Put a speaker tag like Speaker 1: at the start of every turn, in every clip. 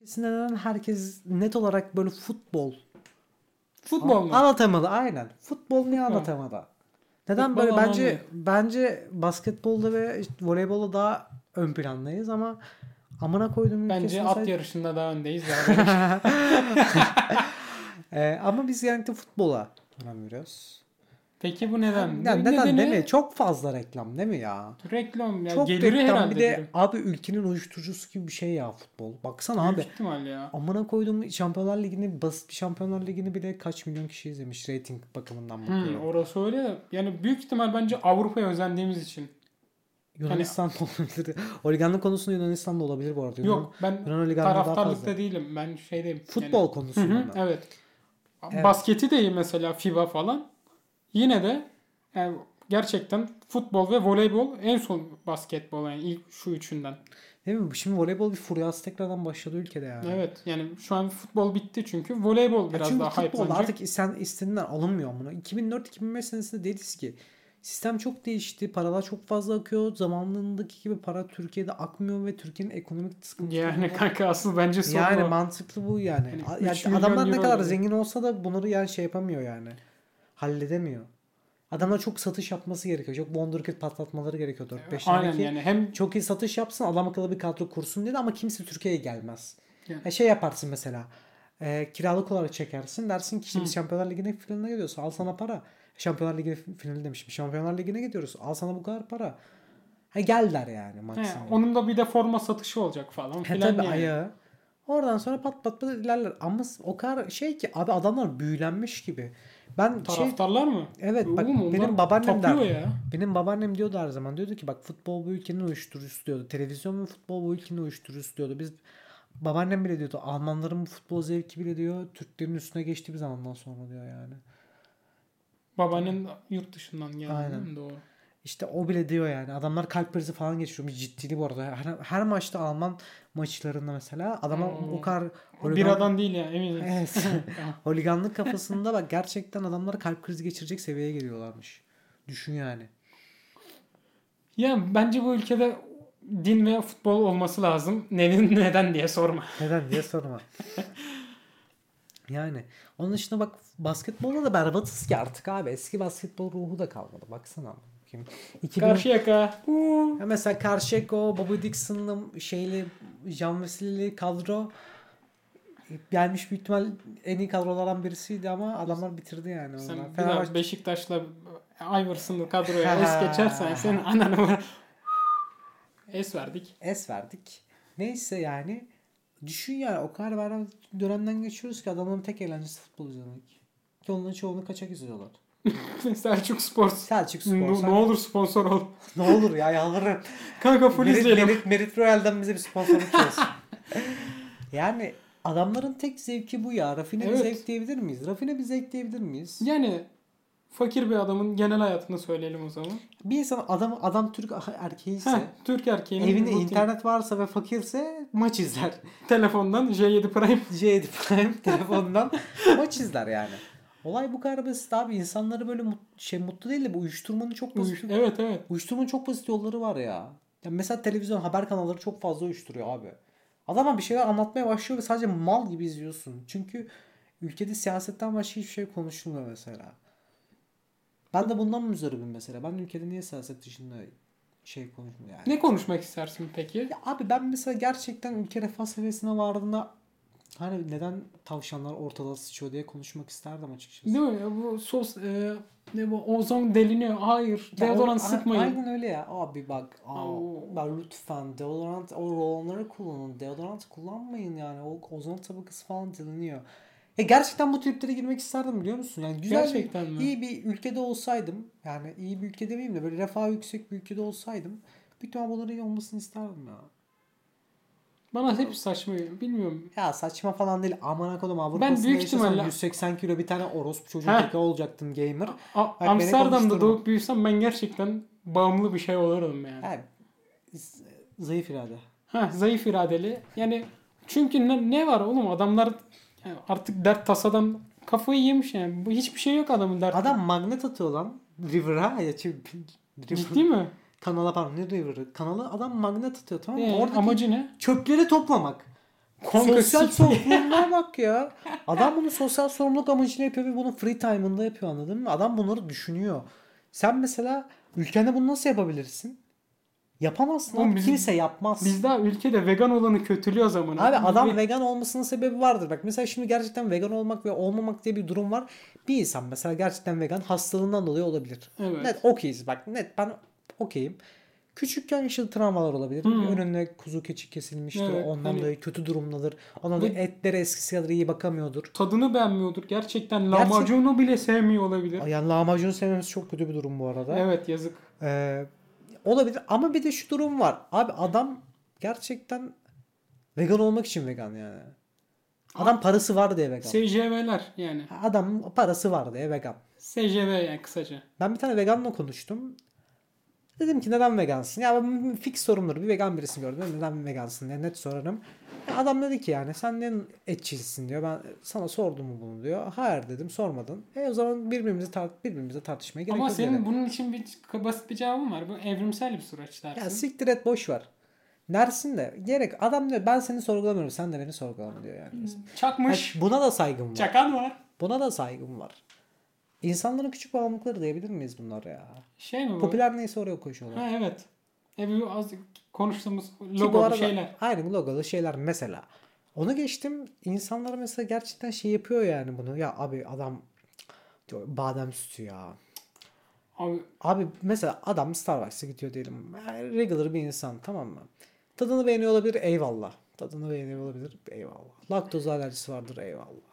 Speaker 1: Ülkesinde neden herkes net olarak böyle futbol
Speaker 2: Futbol mu?
Speaker 1: anlatamadı aynen. Futbol niye anlatamadı? Neden
Speaker 2: Futbol
Speaker 1: böyle bence
Speaker 2: anlamıyor.
Speaker 1: bence basketbolda ve işte voleybolda daha ön plandayız ama amına koyduğum
Speaker 2: Bence
Speaker 1: ülkesinde
Speaker 2: at
Speaker 1: sadece-
Speaker 2: yarışında daha öndeyiz. Daha
Speaker 1: Ee, ama biz genellikle futbola önem veriyoruz.
Speaker 2: Peki bu neden?
Speaker 1: Yani
Speaker 2: Bu
Speaker 1: neden
Speaker 2: nedeni
Speaker 1: değil mi? Çok fazla reklam değil mi ya?
Speaker 2: Reklam ya
Speaker 1: Çok
Speaker 2: geliri
Speaker 1: reklam
Speaker 2: herhalde.
Speaker 1: bir de
Speaker 2: dedim.
Speaker 1: abi ülkenin uyuşturucusu gibi bir şey ya futbol. Baksana abi.
Speaker 2: Büyük ihtimal ya.
Speaker 1: Amına koyduğum Şampiyonlar Ligi'ni basit bir Şampiyonlar Ligi'ni bile kaç milyon kişi izlemiş rating bakımından
Speaker 2: Hı,
Speaker 1: bakıyorum.
Speaker 2: orası öyle de. Yani büyük ihtimal bence Avrupa'ya özendiğimiz için.
Speaker 1: Yunanistan'da olabilir. Oliganlı konusunda Yunanistan'da olabilir bu arada. Yunan-
Speaker 2: hani- Yok ben
Speaker 1: Yunan oligarkı daha fazla.
Speaker 2: taraftarlıkta değilim. Ben şeydeyim.
Speaker 1: Futbol
Speaker 2: Yani. Hı
Speaker 1: konusunda.
Speaker 2: hı, evet.
Speaker 1: Evet.
Speaker 2: Basketi de iyi mesela FIBA falan. Yine de yani gerçekten futbol ve voleybol en son basketbol yani ilk şu üçünden.
Speaker 1: Değil mi? Şimdi voleybol bir furyası tekrardan başladı ülkede yani.
Speaker 2: Evet yani şu an futbol bitti çünkü voleybol
Speaker 1: Ya
Speaker 2: biraz
Speaker 1: çünkü
Speaker 2: daha
Speaker 1: futbol
Speaker 2: hype'lanacak.
Speaker 1: artık sen istediğinden alınmıyor bunu. 2004-2005 senesinde dediniz ki sistem çok değişti. Paralar çok fazla akıyor. Zamanındaki gibi para Türkiye'de akmıyor ve Türkiye'nin ekonomik sıkıntıları
Speaker 2: Yani kanka asıl bence sorun
Speaker 1: Yani
Speaker 2: o.
Speaker 1: mantıklı bu yani.
Speaker 2: Yani
Speaker 1: A-
Speaker 2: üç
Speaker 1: yani
Speaker 2: milyon
Speaker 1: adamlar ne
Speaker 2: euro
Speaker 1: kadar
Speaker 2: ödedi.
Speaker 1: zengin olsa da bunları yani şey yapamıyor yani. Halledemiyor. Adamlar çok satış yapması gerekiyor. Çok wonderkid patlatmaları gerekiyor 4-5
Speaker 2: Aynen
Speaker 1: tane ki.
Speaker 2: yani hem
Speaker 1: Çok iyi satış yapsın adam akıllı bir kadro kursun dedi ama kimse Türkiye'ye gelmez.
Speaker 2: Yani.
Speaker 1: E şey yaparsın mesela. E, kiralık olarak çekersin. Dersin ki şimdi
Speaker 2: Hı.
Speaker 1: Şampiyonlar Ligi'ne finaline gidiyoruz. Al sana para. Şampiyonlar Ligi finali demişim. Şampiyonlar Ligi'ne gidiyoruz. Al sana bu kadar para. Ha, gel der yani
Speaker 2: He,
Speaker 1: maksimum.
Speaker 2: onun da bir de forma satışı olacak falan
Speaker 1: He
Speaker 2: filan
Speaker 1: tabii
Speaker 2: yani.
Speaker 1: ayağı. Oradan sonra pat pat pat ilerler. Ama o kadar şey ki abi adamlar büyülenmiş gibi. Ben şey
Speaker 2: Taraftarlar mı?
Speaker 1: evet bak
Speaker 2: Oğlum onlar
Speaker 1: benim babaannem
Speaker 2: tapıyor
Speaker 1: derdi.
Speaker 2: ya.
Speaker 1: Benim babaannem diyordu her zaman. Diyordu ki bak futbol bu ülkenin uyuşturucusu diyordu. Televizyon ve futbol bu ülkenin uyuşturucusu diyordu. Biz babaannem bile diyordu. Almanların futbol zevki bile diyor Türklerin üstüne geçti bir zamandan sonra diyor yani.
Speaker 2: Babanın yurt dışından geldi.
Speaker 1: Aynen.
Speaker 2: Aynen. Doğru.
Speaker 1: İşte o bile diyor yani. Adamlar kalp krizi falan geçiriyor. Bir ciddili bu arada. Her, her maçta Alman maçlarında mesela adamlar
Speaker 2: Oo.
Speaker 1: o kadar
Speaker 2: Biradan değil ya eminim.
Speaker 1: Evet. Holiganlık kafasında bak gerçekten adamlar kalp krizi geçirecek seviyeye geliyorlarmış. Düşün yani.
Speaker 2: ya bence bu ülkede din ve futbol olması lazım. Neden, neden diye sorma.
Speaker 1: Neden diye sorma. yani. Onun dışında bak basketbolda da berbatız ki artık abi. Eski basketbol ruhu da kalmadı. Baksana. Kim? 2000...
Speaker 2: Karşıyaka. Huu.
Speaker 1: Ya mesela Karşeko, Bobby Dixon'lı şeyli, Jean Wesley'li kadro e, gelmiş büyük ihtimal en iyi kadrolardan birisiydi ama adamlar bitirdi yani.
Speaker 2: Sen
Speaker 1: onlar.
Speaker 2: bir daha
Speaker 1: Fenerbahçe
Speaker 2: Beşiktaş'la Iverson'lu kadroya es geçersen senin ananı var. Es verdik.
Speaker 1: es verdik. Neyse yani düşün yani o kadar beraber dönemden geçiyoruz ki adamların tek eğlencesi futbol izlemek. Ki onların çoğunu kaçak izliyorlar.
Speaker 2: Selçuk Sports.
Speaker 1: Selçuk Spor.
Speaker 2: Ne,
Speaker 1: sen-
Speaker 2: ne olur sponsor ol.
Speaker 1: ne olur ya yalvarırım.
Speaker 2: Kanka full
Speaker 1: Merit,
Speaker 2: izleyelim.
Speaker 1: Merit, Merit Royal'den bize bir sponsorluk olsun. yani adamların tek zevki bu ya. Rafine bir
Speaker 2: Evet.
Speaker 1: zevk diyebilir miyiz? Rafine bir zevk diyebilir miyiz?
Speaker 2: Yani fakir bir adamın genel hayatını söyleyelim o zaman.
Speaker 1: Bir insan adam adam Türk erkeği ise
Speaker 2: Heh, Türk erkeğinin
Speaker 1: evinde
Speaker 2: rutin-
Speaker 1: internet varsa ve fakirse maç izler.
Speaker 2: telefondan J7 Prime
Speaker 1: J7 Prime telefonundan maç izler yani. Olay bu kadar basit abi. İnsanları böyle mut- şey mutlu değil de bu uyuşturmanın çok basit.
Speaker 2: uyuş. Evet evet.
Speaker 1: Uyuşturmanın çok basit yolları var ya. ya. Mesela televizyon haber kanalları çok fazla uyuşturuyor abi. Adama bir şeyler anlatmaya başlıyor ve sadece mal gibi izliyorsun. Çünkü ülkede siyasetten başka hiçbir şey konuşulmuyor mesela. Ben de bundan müzdaribim mesela. Ben ülkede niye siyaset dışında şey konuşmuyor yani.
Speaker 2: Ne konuşmak istersin peki?
Speaker 1: Ya abi ben mesela gerçekten ülke refah seviyesine vardığında hani neden tavşanlar ortada sıçıyor diye konuşmak isterdim açıkçası.
Speaker 2: Değil mi? Ya Bu sos e, ne bu ozon deliniyor. Hayır.
Speaker 1: Ya o- a-
Speaker 2: Deodorant sıkmayın.
Speaker 1: Aynen öyle ya. Abi bak aa,
Speaker 2: Oo.
Speaker 1: ben lütfen deodorant o rolonları kullanın. Deodorant kullanmayın yani. O ozon tabakası falan diliniyor. E gerçekten bu triplere girmek isterdim biliyor musun? Yani güzel bir-
Speaker 2: Gerçekten mi?
Speaker 1: iyi bir ülkede olsaydım yani iyi bir ülkede miyim de böyle refah yüksek bir ülkede olsaydım büyük ihtimal bunların olmasını isterdim ya.
Speaker 2: Bana hep saçma geliyor. Bilmiyorum.
Speaker 1: Ya saçma falan değil. Aman kodum Avrupa'sında
Speaker 2: Ben
Speaker 1: ben
Speaker 2: büyük ihtimalle-
Speaker 1: 180 kilo bir tane orospu çocuğu
Speaker 2: Heh.
Speaker 1: teki olacaktın gamer.
Speaker 2: A-
Speaker 1: beni
Speaker 2: Amsterdam'da
Speaker 1: konuşturma.
Speaker 2: doğup büyüsem ben gerçekten bağımlı bir şey olurdum yani.
Speaker 1: Ha, z- zayıf irade.
Speaker 2: Ha zayıf iradeli. Yani çünkü ne, ne var oğlum adamlar yani artık dert tasadan kafayı yemiş yani. Bu hiçbir şey yok adamın derdi.
Speaker 1: Adam magnet atıyor lan. River'a ya çi- River-
Speaker 2: Ciddi mi?
Speaker 1: Kanala pardon ne River'ı? Kanala adam magnet atıyor tamam mı?
Speaker 2: Ee,
Speaker 1: Oradaki
Speaker 2: amacı ne?
Speaker 1: çöpleri toplamak.
Speaker 2: Kanka
Speaker 1: sosyal
Speaker 2: siktir.
Speaker 1: sorumluluğa bak ya. Adam bunu sosyal sorumluluk amacıyla yapıyor ve bunu free time'ında yapıyor anladın mı? Adam bunları düşünüyor. Sen mesela ülkende bunu nasıl yapabilirsin? Yapamazsın
Speaker 2: Oğlum
Speaker 1: abi.
Speaker 2: bizim-
Speaker 1: Kimse yapmaz.
Speaker 2: Biz daha ülkede vegan olanı kötülüyor zaman.
Speaker 1: Abi adam vegan olmasının sebebi vardır. Bak mesela şimdi gerçekten vegan olmak ve olmamak diye bir durum var. Bir insan mesela gerçekten vegan hastalığından dolayı olabilir.
Speaker 2: Evet.
Speaker 1: Net okeyiz bak net ben okeyim. Küçükken yaşadığı travmalar olabilir.
Speaker 2: Hmm.
Speaker 1: Önüne kuzu keçi kesilmiştir.
Speaker 2: Evet,
Speaker 1: Ondan
Speaker 2: hani-
Speaker 1: dolayı kötü durumdadır. Ondan dolayı
Speaker 2: Bu-
Speaker 1: etlere eskisi kadar iyi bakamıyordur.
Speaker 2: Tadını beğenmiyordur. Gerçekten
Speaker 1: Gerçek-
Speaker 2: lahmacunu bile sevmiyor olabilir.
Speaker 1: Yani lahmacunu sevmemiz çok kötü bir durum bu arada.
Speaker 2: Evet yazık.
Speaker 1: Ee, olabilir ama bir de şu durum var. Abi adam gerçekten vegan olmak için vegan yani. Adam parası var diye vegan.
Speaker 2: SJV'ler yani.
Speaker 1: Adamın parası var diye vegan.
Speaker 2: SJV yani kısaca.
Speaker 1: Ben bir tane veganla konuştum. Dedim ki neden vegansın? Ya ben fix sorumdur. Bir vegan birisini gördüm. Neden vegansın diye net sorarım. Ya Adam dedi ki yani sen neden etçilsin diyor. Ben sana sordum mu bunu diyor. Hayır dedim sormadın. E o zaman birbirimizi tart birbirimize tartışmaya gerek
Speaker 2: Ama
Speaker 1: yok.
Speaker 2: senin
Speaker 1: dedi.
Speaker 2: bunun için bir basit bir cevabın var. Bu evrimsel bir süreç dersin.
Speaker 1: Ya siktir et boş ver. Dersin de gerek adam diyor ben seni sorgulamıyorum sen de beni sorgulama diyor yani.
Speaker 2: Hmm.
Speaker 1: Ya
Speaker 2: Çakmış.
Speaker 1: buna da saygım var.
Speaker 2: Çakan var.
Speaker 1: Buna da saygım var. İnsanların küçük bağımlılıkları diyebilir miyiz bunlar ya?
Speaker 2: Şey mi bu?
Speaker 1: Popüler neyse oraya koşuyorlar.
Speaker 2: Ha evet. E bu az konuştuğumuz
Speaker 1: Ki bu
Speaker 2: logo
Speaker 1: arada-
Speaker 2: şeyler.
Speaker 1: Aynen logolu şeyler mesela. Onu geçtim. İnsanlar mesela gerçekten şey yapıyor yani bunu. Ya abi adam diyor, badem sütü ya.
Speaker 2: Abi
Speaker 1: Abi mesela adam Starbucks'a gidiyor diyelim. Yani Regular bir insan tamam mı? Tadını beğeniyor olabilir eyvallah. Tadını beğeniyor olabilir eyvallah. Laktoz alerjisi vardır eyvallah.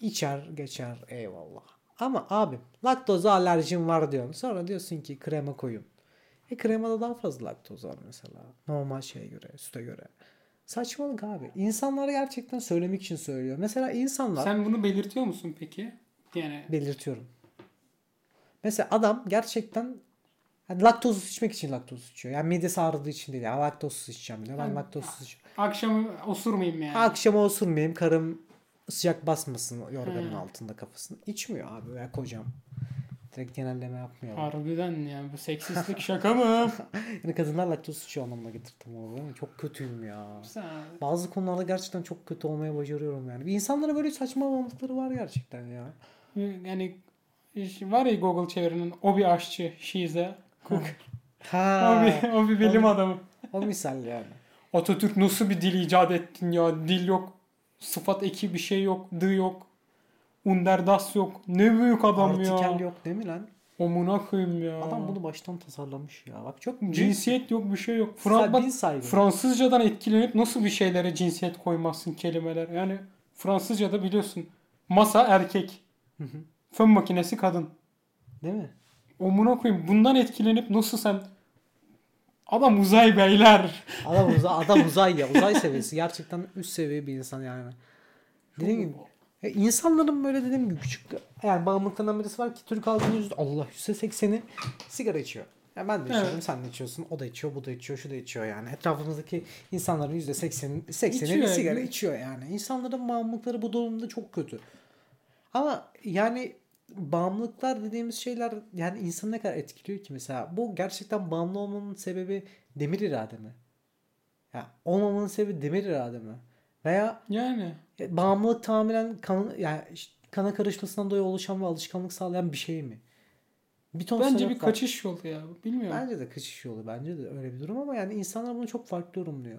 Speaker 1: İçer geçer eyvallah. Ama abi laktoza alerjim var diyorsun. Sonra diyorsun ki krema koyun. E kremada daha fazla laktoz var mesela. Normal şeye göre, süte göre. Saçmalık abi. İnsanlara gerçekten söylemek için söylüyor. Mesela insanlar
Speaker 2: sen bunu belirtiyor musun peki? Yani
Speaker 1: belirtiyorum. Mesela adam gerçekten hani laktozsuz içmek için laktoz içiyor. Yani midesi ağrıdığı için değil. Ya laktozsuz içeceğim diyor. Ben
Speaker 2: Yani-
Speaker 1: laktozsuz içiyorum.
Speaker 2: akşamı osurmayayım yani.
Speaker 1: Akşama osurmayayım. Karım sıcak basmasın yorganın
Speaker 2: Hmm.
Speaker 1: altında kafasını. İçmiyor abi veya kocam. Direkt genelleme yapmıyorum.
Speaker 2: Harbiden ya bu seksistlik şaka mı?
Speaker 1: Yani Hani kadınlar laktozsuz içiyor anlamına getirdim onu. değil mi? Çok kötüyüm ya.
Speaker 2: Sen-
Speaker 1: Bazı konularda gerçekten çok kötü olmaya başarıyorum yani. Bir insanlara böyle saçma mantıkları var gerçekten ya.
Speaker 2: yani iş- var ya Google çevirinin o bir aşçı, şize. O
Speaker 1: Ha.
Speaker 2: bir, o bir bilim adamı.
Speaker 1: o misal yani.
Speaker 2: Atatürk nasıl bir dil icat ettin ya? Dil yok, sıfat eki bir şey yok, dı yok, underdas yok. Ne büyük adam
Speaker 1: Artikel
Speaker 2: ya.
Speaker 1: yok değil mi lan?
Speaker 2: Omuna koyayım ya.
Speaker 1: Adam bunu baştan tasarlamış ya. Bak çok
Speaker 2: Cinsiyet yok bir şey yok. Fra-
Speaker 1: Fra-
Speaker 2: bak,
Speaker 1: bin saygı.
Speaker 2: Fransızcadan etkilenip nasıl bir şeylere cinsiyet koymazsın kelimeler. Yani Fransızca'da biliyorsun masa erkek,
Speaker 1: Hı hı.
Speaker 2: fön makinesi kadın.
Speaker 1: Değil mi?
Speaker 2: Omuna koyayım bundan etkilenip nasıl sen adam uzay beyler.
Speaker 1: Adam uzay, adam uzay ya. Uzay seviyesi. Gerçekten üst seviye bir insan yani. Dediğim gibi. e, insanların böyle dediğim gibi küçük yani bağımlılıklarından birisi var ki Türk halkının yüzde Allah yüzde sekseni sigara içiyor. Ya ben de içiyorum,
Speaker 2: Evet.
Speaker 1: sen de içiyorsun, o da içiyor, bu da içiyor, şu da içiyor yani. Etrafımızdaki insanların yüzde sekseni,
Speaker 2: İçiyor
Speaker 1: sekseni
Speaker 2: yani.
Speaker 1: sigara içiyor yani. İnsanların bağımlılıkları bu durumda çok kötü. Ama yani bağımlılıklar dediğimiz şeyler yani insanı ne kadar etkiliyor ki mesela bu gerçekten bağımlı olmanın sebebi demir irade mi? Ya olmamanın sebebi demir irade mi? Veya
Speaker 2: Yani
Speaker 1: e, bağımlılık tamamen kan, yani işte kana karışmasından dolayı oluşan ve alışkanlık sağlayan bir şey mi? Bir ton
Speaker 2: bence
Speaker 1: sebep
Speaker 2: bir
Speaker 1: var.
Speaker 2: kaçış yolu ya. Bilmiyorum.
Speaker 1: Bence de kaçış yolu bence de öyle bir durum ama yani insanlar bunu çok farklı yorumluyor.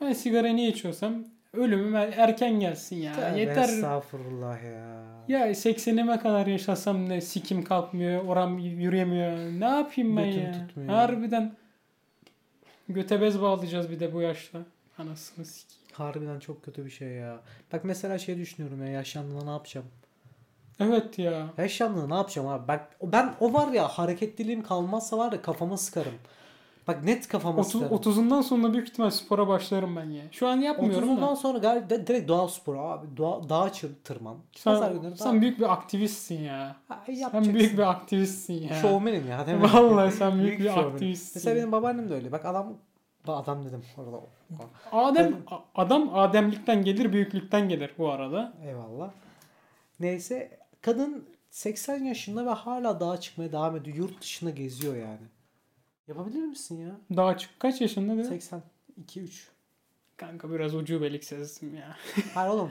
Speaker 2: Ben sigara niye içiyorsam ölümüm er- erken gelsin ya.
Speaker 1: Tövbe
Speaker 2: Yeter.
Speaker 1: Estağfurullah ya.
Speaker 2: Ya 80'ime kadar yaşasam ne sikim kalkmıyor, oram yürüyemiyor. Ne yapayım ben
Speaker 1: Götüm
Speaker 2: ya?
Speaker 1: tutmuyor.
Speaker 2: Harbiden göte bez bağlayacağız bir de bu yaşta. Anasını sikeyim.
Speaker 1: Harbiden çok kötü bir şey ya. Bak mesela şey düşünüyorum ya yaşlandığında ne yapacağım?
Speaker 2: Evet ya.
Speaker 1: Yaşlandığında ne yapacağım abi? Bak o- ben o var ya hareketliliğim kalmazsa var ya kafama sıkarım. Bak net kafama
Speaker 2: Otu-
Speaker 1: sıkarım.
Speaker 2: 30'undan sonra büyük ihtimal spora başlarım ben ya. Şu an yapmıyorum
Speaker 1: 30'undan
Speaker 2: da.
Speaker 1: sonra gayet de- direkt doğa sporu abi. Doğa, dağa çır- tırman. Pazar
Speaker 2: Sen,
Speaker 1: günleri dağa-
Speaker 2: sen büyük bir aktivistsin ya.
Speaker 1: Ha,
Speaker 2: Sen
Speaker 1: yapacaksın.
Speaker 2: büyük bir aktivistsin ya.
Speaker 1: Şovmenim ya. Değil mi?
Speaker 2: Vallahi sen büyük
Speaker 1: Büyük
Speaker 2: bir
Speaker 1: şovmenim. Mesela
Speaker 2: aktivistsin.
Speaker 1: benim babaannem de öyle. Bak adam Ba- adam dedim orada.
Speaker 2: Adem a- adam ademlikten gelir, büyüklükten gelir bu arada.
Speaker 1: Eyvallah. Neyse kadın 80 yaşında ve hala dağa çıkmaya devam ediyor. Yurt dışına geziyor yani. Yapabilir misin ya?
Speaker 2: Daha çık kaç yaşında değil mi?
Speaker 1: 82 3.
Speaker 2: Kanka biraz ucubelik sezdim ya.
Speaker 1: Hayır oğlum.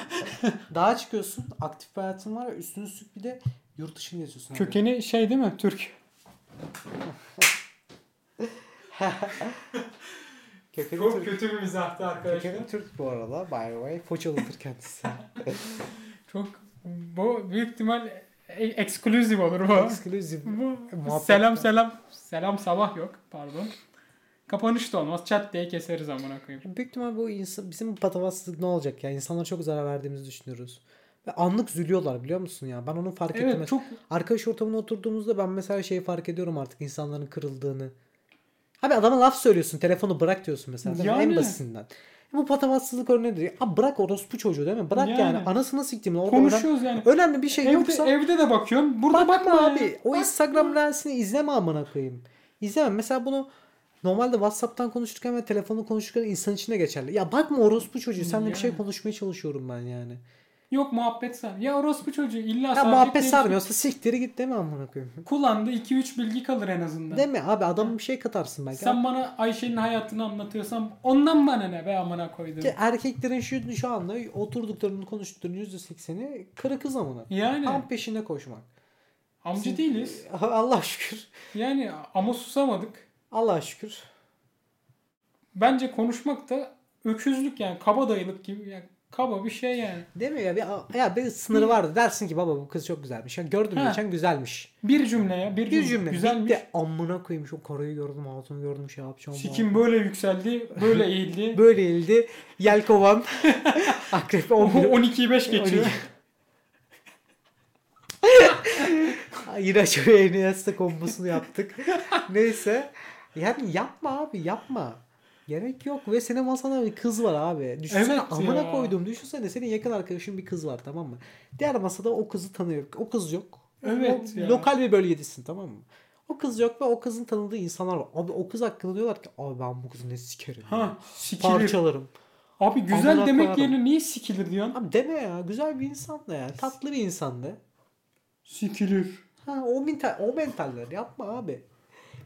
Speaker 1: Dağa çıkıyorsun. Aktif bir hayatın var. ya, Üstüne üstlük bir de yurt dışını geziyorsun. abi.
Speaker 2: Kökeni şey değil mi? Türk.
Speaker 1: Kökeni
Speaker 2: Çok
Speaker 1: Türk.
Speaker 2: kötü bir mizahtı arkadaşlar.
Speaker 1: Kökeni Türk bu arada. By the way. Foçalıdır kendisi.
Speaker 2: Çok bu büyük ihtimal e- exclusive olur bu.
Speaker 1: Exclusive. E,
Speaker 2: bu
Speaker 1: Muhabbet
Speaker 2: selam
Speaker 1: var.
Speaker 2: selam selam sabah yok pardon. Kapanış da olmaz. Çat diye keseriz amına koyayım.
Speaker 1: Büyük ihtimal bu insan, bizim patavatsızlık ne olacak ya? İnsanlara çok zarar verdiğimizi düşünüyoruz. Ve anlık üzülüyorlar biliyor musun ya? Ben onu fark ettim.
Speaker 2: Evet çok
Speaker 1: Arkadaş ortamına oturduğumuzda ben mesela şeyi fark ediyorum artık insanların kırıldığını. Abi adama laf söylüyorsun. Telefonu bırak diyorsun mesela. değil mi?
Speaker 2: Yani.
Speaker 1: En basitinden. E, Bu patavatsızlık örneğidir. Abi bırak orospu çocuğu değil mi? Bırak yani.
Speaker 2: Yani.
Speaker 1: Anasını siktim. lan. Orada
Speaker 2: konuşuyoruz yani.
Speaker 1: önemli- Önemli bir şey
Speaker 2: Evde,
Speaker 1: yoksa
Speaker 2: evde de bakıyorsun. Burada
Speaker 1: bakma,
Speaker 2: bakma,
Speaker 1: abi.
Speaker 2: ya.
Speaker 1: O
Speaker 2: Bak-
Speaker 1: Instagram reelsini izleme amına koyayım. İzleme. Mesela bunu normalde WhatsApp'tan konuşurken ve telefonla konuşurken insan içine geçerli. Ya bakma orospu çocuğu. Seninle bir şey
Speaker 2: Hmm, Yani.
Speaker 1: konuşmaya çalışıyorum ben yani.
Speaker 2: Yok muhabbet sar. Ya orospu çocuğu illa şey
Speaker 1: Ya
Speaker 2: sabit
Speaker 1: muhabbet
Speaker 2: değil.
Speaker 1: sarmıyorsa siktiri git deme amına koyayım.
Speaker 2: Kulağında 2-3 bilgi kalır en azından.
Speaker 1: Deme abi adamın bir şey katarsın belki.
Speaker 2: Sen bana Ayşe'nin hayatını anlatıyorsan ondan bana ne be amına koydum.
Speaker 1: Ki erkeklerin şu, şu anda oturduklarının konuştuklarının %80'i karı kız amına.
Speaker 2: Yani
Speaker 1: Tam peşinde koşmak.
Speaker 2: amca değiliz.
Speaker 1: Allah şükür.
Speaker 2: Yani ama susamadık.
Speaker 1: Allah şükür.
Speaker 2: Bence konuşmak da öküzlük yani kabadayılık gibi yani kaba bir şey yani.
Speaker 1: Değil mi ya? Bir, ya bir sınırı vardı. Dersin ki baba bu kız çok güzelmiş. Ya gördüm
Speaker 2: Ha.
Speaker 1: geçen güzelmiş.
Speaker 2: Bir cümle ya bir,
Speaker 1: Bir cümle.
Speaker 2: Güzelmiş.
Speaker 1: Bitti. Amına koyayım şu karıyı gördüm altını gördüm şey yapacağım.
Speaker 2: Sikim böyle yükseldi, böyle eğildi.
Speaker 1: Böyle eğildi. Yelkovan. Akrep 11.
Speaker 2: 12'yi 5 geçiyor.
Speaker 1: 12. Yine şöyle Iniesta kombosunu yaptık. Neyse. Yani yapma abi yapma. Gerek yok ve senin masanda bir kız var abi. Düşünsene
Speaker 2: Evet
Speaker 1: amına
Speaker 2: ya.
Speaker 1: koydum. Düşünsene senin yakın arkadaşın bir kız var tamam mı? Diğer masada o kızı tanıyor. O kız yok.
Speaker 2: Evet
Speaker 1: O-
Speaker 2: ya.
Speaker 1: Lokal bir bölgedesin tamam mı? O kız yok ve o kızın tanıdığı insanlar var. Abi o kız hakkında diyorlar ki abi ben bu kızı ne sikerim. ya.
Speaker 2: ha, sikilir.
Speaker 1: Parçalarım.
Speaker 2: Abi güzel
Speaker 1: Amına
Speaker 2: demek
Speaker 1: koyarım.
Speaker 2: yerine niye sikilir diyorsun?
Speaker 1: Abi deme ya güzel bir insandı ya. Tatlı bir insandı.
Speaker 2: Sikilir.
Speaker 1: Ha o mental o mentaller yapma abi.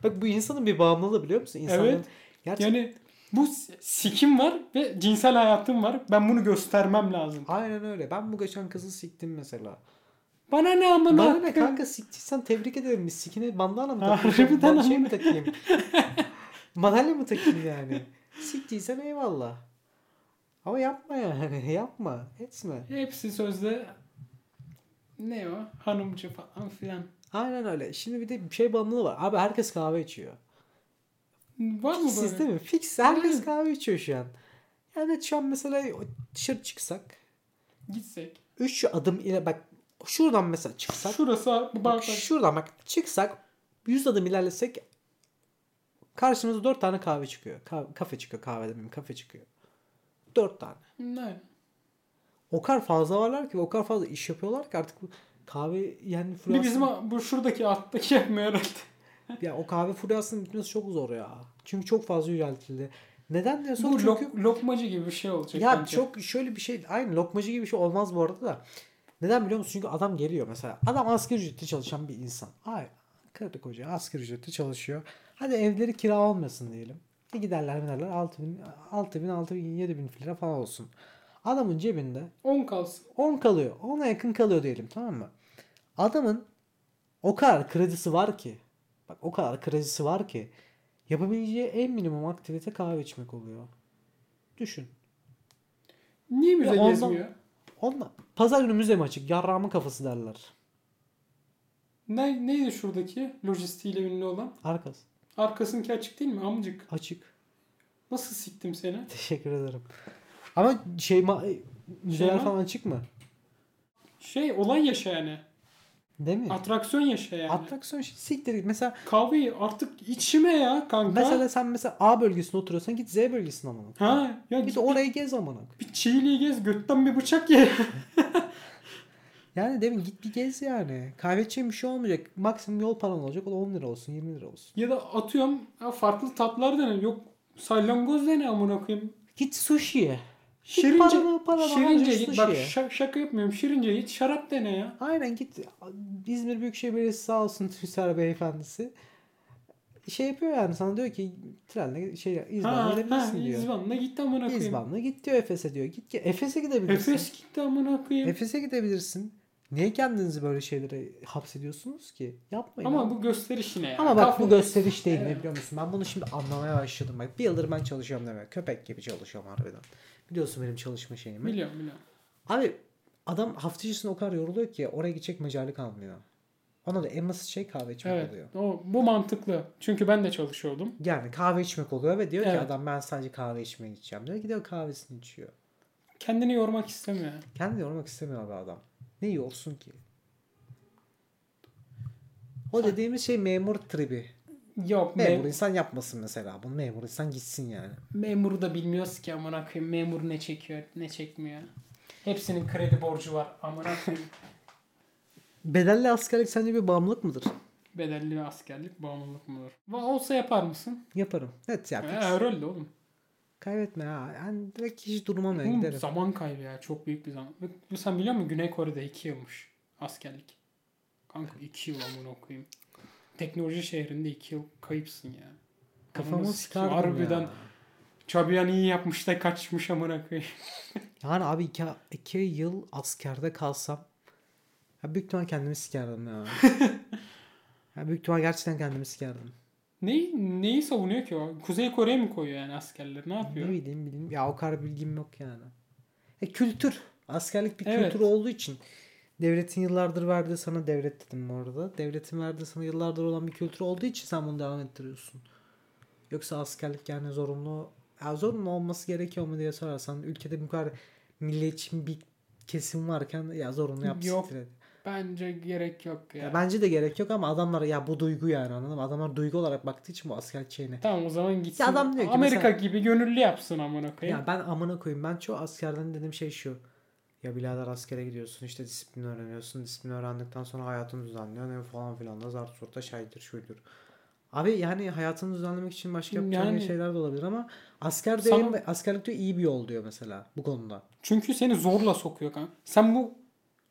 Speaker 1: Bak bu insanın bir bağımlılığı biliyor musun? İnsanın
Speaker 2: Evet.
Speaker 1: Gerçekten
Speaker 2: Yani bu s- sikim var ve cinsel hayatım var. Ben bunu göstermem lazım.
Speaker 1: aynen öyle. Ben bu geçen kızı siktim mesela.
Speaker 2: Bana ne amına
Speaker 1: Bana ne
Speaker 2: koyayım?
Speaker 1: kanka siktiysen tebrik ederim. Biz sikine bandana mı
Speaker 2: Ha,
Speaker 1: takayım?
Speaker 2: harbiden
Speaker 1: Ban- şey mi
Speaker 2: amına.
Speaker 1: takayım? Madalya mı takayım yani? Siktiysen eyvallah. Ama yapma yani. Yapma. Etme.
Speaker 2: Hepsi sözde ne o? Hanımcı falan filan.
Speaker 1: Aynen öyle. Şimdi bir de bir şey bağımlılığı var. Abi herkes kahve içiyor.
Speaker 2: Var mı
Speaker 1: Fixiz
Speaker 2: böyle?
Speaker 1: değil mi? Fix. Herkes
Speaker 2: Aynen.
Speaker 1: kahve içiyor şu an. Yani şu an mesela dışarı çıksak
Speaker 2: Gitsek.
Speaker 1: 3 adım ile bak şuradan mesela çıksak
Speaker 2: Şurası bu
Speaker 1: bak,
Speaker 2: bak.
Speaker 1: şuradan bak çıksak 100 adım ilerlesek karşımıza 4 tane kahve çıkıyor. Ka- kafe çıkıyor kahve demeyeyim kafe çıkıyor. 4 tane.
Speaker 2: Ne?
Speaker 1: O kadar fazla varlar ki ve o kadar fazla iş yapıyorlar ki artık bu kahve yani
Speaker 2: Bir
Speaker 1: furyası,
Speaker 2: bizim bu şuradaki alttaki yapmıyor herhalde.
Speaker 1: ya o kahve furyasının bitmesi çok zor ya. Çünkü çok fazla yüceltildi. Neden
Speaker 2: Bu
Speaker 1: diyorsun? Çünkü
Speaker 2: lok- lokmacı gibi bir şey olacak.
Speaker 1: Ya
Speaker 2: bence.
Speaker 1: çok şöyle bir şey aynı lokmacı gibi bir şey olmaz bu arada da. Neden biliyor musun? Çünkü adam geliyor mesela. Adam asgari ücretli çalışan bir insan. Ay karı koca asgari ücretli çalışıyor. Hadi evleri kira olmasın diyelim. Bir giderler giderler 6 bin, 6 bin, 6 bin, 7 bin lira falan olsun. Adamın cebinde
Speaker 2: 10 kalsın.
Speaker 1: 10 kalıyor. 10'a yakın kalıyor diyelim tamam mı? Adamın o kadar kredisi var ki. Bak o kadar kredisi var ki. Yapabileceği en minimum aktivite kahve içmek oluyor. Düşün.
Speaker 2: Niye müze
Speaker 1: Ya ondan-
Speaker 2: gezmiyor?
Speaker 1: Onunla pazar günü müze mi açık? Yarrağımın kafası derler.
Speaker 2: Ne, neydi şuradaki lojistiğiyle ünlü olan?
Speaker 1: Arkası.
Speaker 2: Arkasınki açık değil mi amcık?
Speaker 1: Açık.
Speaker 2: Nasıl siktim seni?
Speaker 1: Teşekkür ederim. Ama şey ma- müzeler
Speaker 2: Şeyma?
Speaker 1: falan açık mı?
Speaker 2: Şey olay yaşa yani.
Speaker 1: Değil mi?
Speaker 2: Atraksiyon yaşa yani.
Speaker 1: Atraksiyon şey siktir git. Mesela
Speaker 2: Kahveyi artık içime ya kanka.
Speaker 1: mesela sen mesela A bölgesinde oturuyorsan git Z bölgesine amına. koyayım.
Speaker 2: Ha ya
Speaker 1: Git
Speaker 2: bir,
Speaker 1: orayı gez amına. koyayım.
Speaker 2: bir çiğliği gez götten bir bıçak ye.
Speaker 1: Yani demin git bir gez yani. Kaybedeceğin bir şey olmayacak. Maksimum yol paran olacak. O da 10 lira olsun 20 lira olsun.
Speaker 2: ya da atıyorum ya farklı tatlar dene. Yok salyangoz dene amına koyayım.
Speaker 1: Git sushi ye. Git
Speaker 2: Şirince,
Speaker 1: paranı- paranı
Speaker 2: şirince
Speaker 1: harca,
Speaker 2: git.
Speaker 1: sushi
Speaker 2: Bak
Speaker 1: ye.
Speaker 2: şa- şaka yapmıyorum. Şirince git şarap dene ya.
Speaker 1: Aynen git İzmir Büyükşehir Belediyesi sağ olsun Tüsar Beyefendisi. şey yapıyor yani sana diyor ki trenle şey İzban'a
Speaker 2: Ha, ha,
Speaker 1: gidebilirsin diyor.
Speaker 2: İzban'la gitti amına koyayım.
Speaker 1: İzban'la git diyor Efes'e diyor. Git ki Efes'e gidebilirsin.
Speaker 2: Efes gitti amına koyayım.
Speaker 1: Efes'e gidebilirsin. Niye kendinizi böyle şeylere hapsediyorsunuz ki? Yapmayın. abi.
Speaker 2: Ama bu gösteriş yine ya.
Speaker 1: Ama bak
Speaker 2: Kafa-
Speaker 1: bu gösteriş değil ne
Speaker 2: Evet.
Speaker 1: biliyor musun? Ben bunu şimdi anlamaya başladım. Bak bir yıldır ben çalışıyorum demek. Köpek gibi çalışıyorum harbiden. Biliyorsun benim çalışma şeyimi.
Speaker 2: Biliyorum biliyorum.
Speaker 1: Abi adam hafta içerisinde o kadar yoruluyor ki oraya gidecek mecali kalmıyor. Ona da en basit şey kahve içmek
Speaker 2: Evet.
Speaker 1: oluyor.
Speaker 2: O, bu mantıklı. Çünkü ben de çalışıyordum.
Speaker 1: Yani kahve içmek oluyor ve diyor ki
Speaker 2: Evet.
Speaker 1: adam ben sadece kahve içmeye gideceğim diyor. Gidiyor kahvesini içiyor.
Speaker 2: Kendini yormak istemiyor.
Speaker 1: Kendini yormak istemiyor abi adam. Ne yorsun ki? O dediğimiz şey memur tribi.
Speaker 2: Yok mem-
Speaker 1: Memur insan yapmasın mesela. Bunu memur insan gitsin yani.
Speaker 2: memuru da bilmiyoruz ki amına koyayım. Memur ne çekiyor ne çekmiyor. Hepsinin kredi borcu var amına koyayım.
Speaker 1: Bedelli askerlik sence bir bağımlılık mıdır?
Speaker 2: Bedelli ve askerlik bağımlılık mıdır? Va- Olsa yapar mısın?
Speaker 1: Yaparım. Evet
Speaker 2: Ya,
Speaker 1: ya. fix.
Speaker 2: öyle oğlum.
Speaker 1: Kaybetme ha. Yani direkt hiç durmam öyle
Speaker 2: Oğlum,
Speaker 1: giderim.
Speaker 2: zaman kaybı ya. Çok büyük bir zaman. Ve Sen biliyor musun Güney Kore'de 2 yılmış askerlik. Kanka 2 yıl amına koyayım. Teknoloji şehrinde 2 yıl kayıpsın ya.
Speaker 1: Kafamı
Speaker 2: Ananı sikeyim,
Speaker 1: sıkardım
Speaker 2: Harbiden
Speaker 1: ya.
Speaker 2: Çabiyan iyi yapmış da kaçmış amına koyayım.
Speaker 1: Yani abi iki, iki yıl askerde kalsam ya büyük ihtimal kendimi sikerdim ya. ya büyük ihtimal gerçekten kendimi sikerdim.
Speaker 2: Neyi, neyi savunuyor ki o? Kuzey Kore'ye mi koyuyor yani askerleri? Ne
Speaker 1: Ne
Speaker 2: yapıyor?
Speaker 1: bileyim bileyim. Ya o kadar bilgim yok yani. E, kültür. Askerlik bir
Speaker 2: Evet.
Speaker 1: kültür olduğu için devletin yıllardır verdiği sana devlet dedim bu arada. Devletin verdiği sana yıllardır olan bir kültür olduğu için sen bunu devam ettiriyorsun. Yoksa askerlik yani zorunlu ya zorunlu olması gerekiyor mu diye sorarsan ülkede bu kadar milliyetçi bir kesim varken ya zorunlu yap
Speaker 2: Yok.
Speaker 1: siktir et.
Speaker 2: Bence gerek yok ya.
Speaker 1: Ya bence de gerek yok ama adamlar ya bu duygu yani anladın mı? Adamlar duygu olarak baktığı için bu askerlik şeyine.
Speaker 2: Tamam o zaman gitsin.
Speaker 1: Ya adam diyor ki
Speaker 2: Amerika
Speaker 1: mesela-
Speaker 2: gibi gönüllü yapsın amına koyayım.
Speaker 1: Ya ben amına koyayım. Ben çoğu askerden dediğim şey şu. Ya birader askere gidiyorsun işte disiplin öğreniyorsun. Disiplin öğrendikten sonra hayatını düzenliyorsun ve falan filan da zart surta şahittir şuydur. Abi yani hayatını düzenlemek için başka yapacağın
Speaker 2: Yani-
Speaker 1: şeyler de olabilir ama asker
Speaker 2: Sana-
Speaker 1: değil mi? askerlik diyor iyi bir yol diyor mesela bu konuda.
Speaker 2: Çünkü seni zorla sokuyor kanka. Sen bu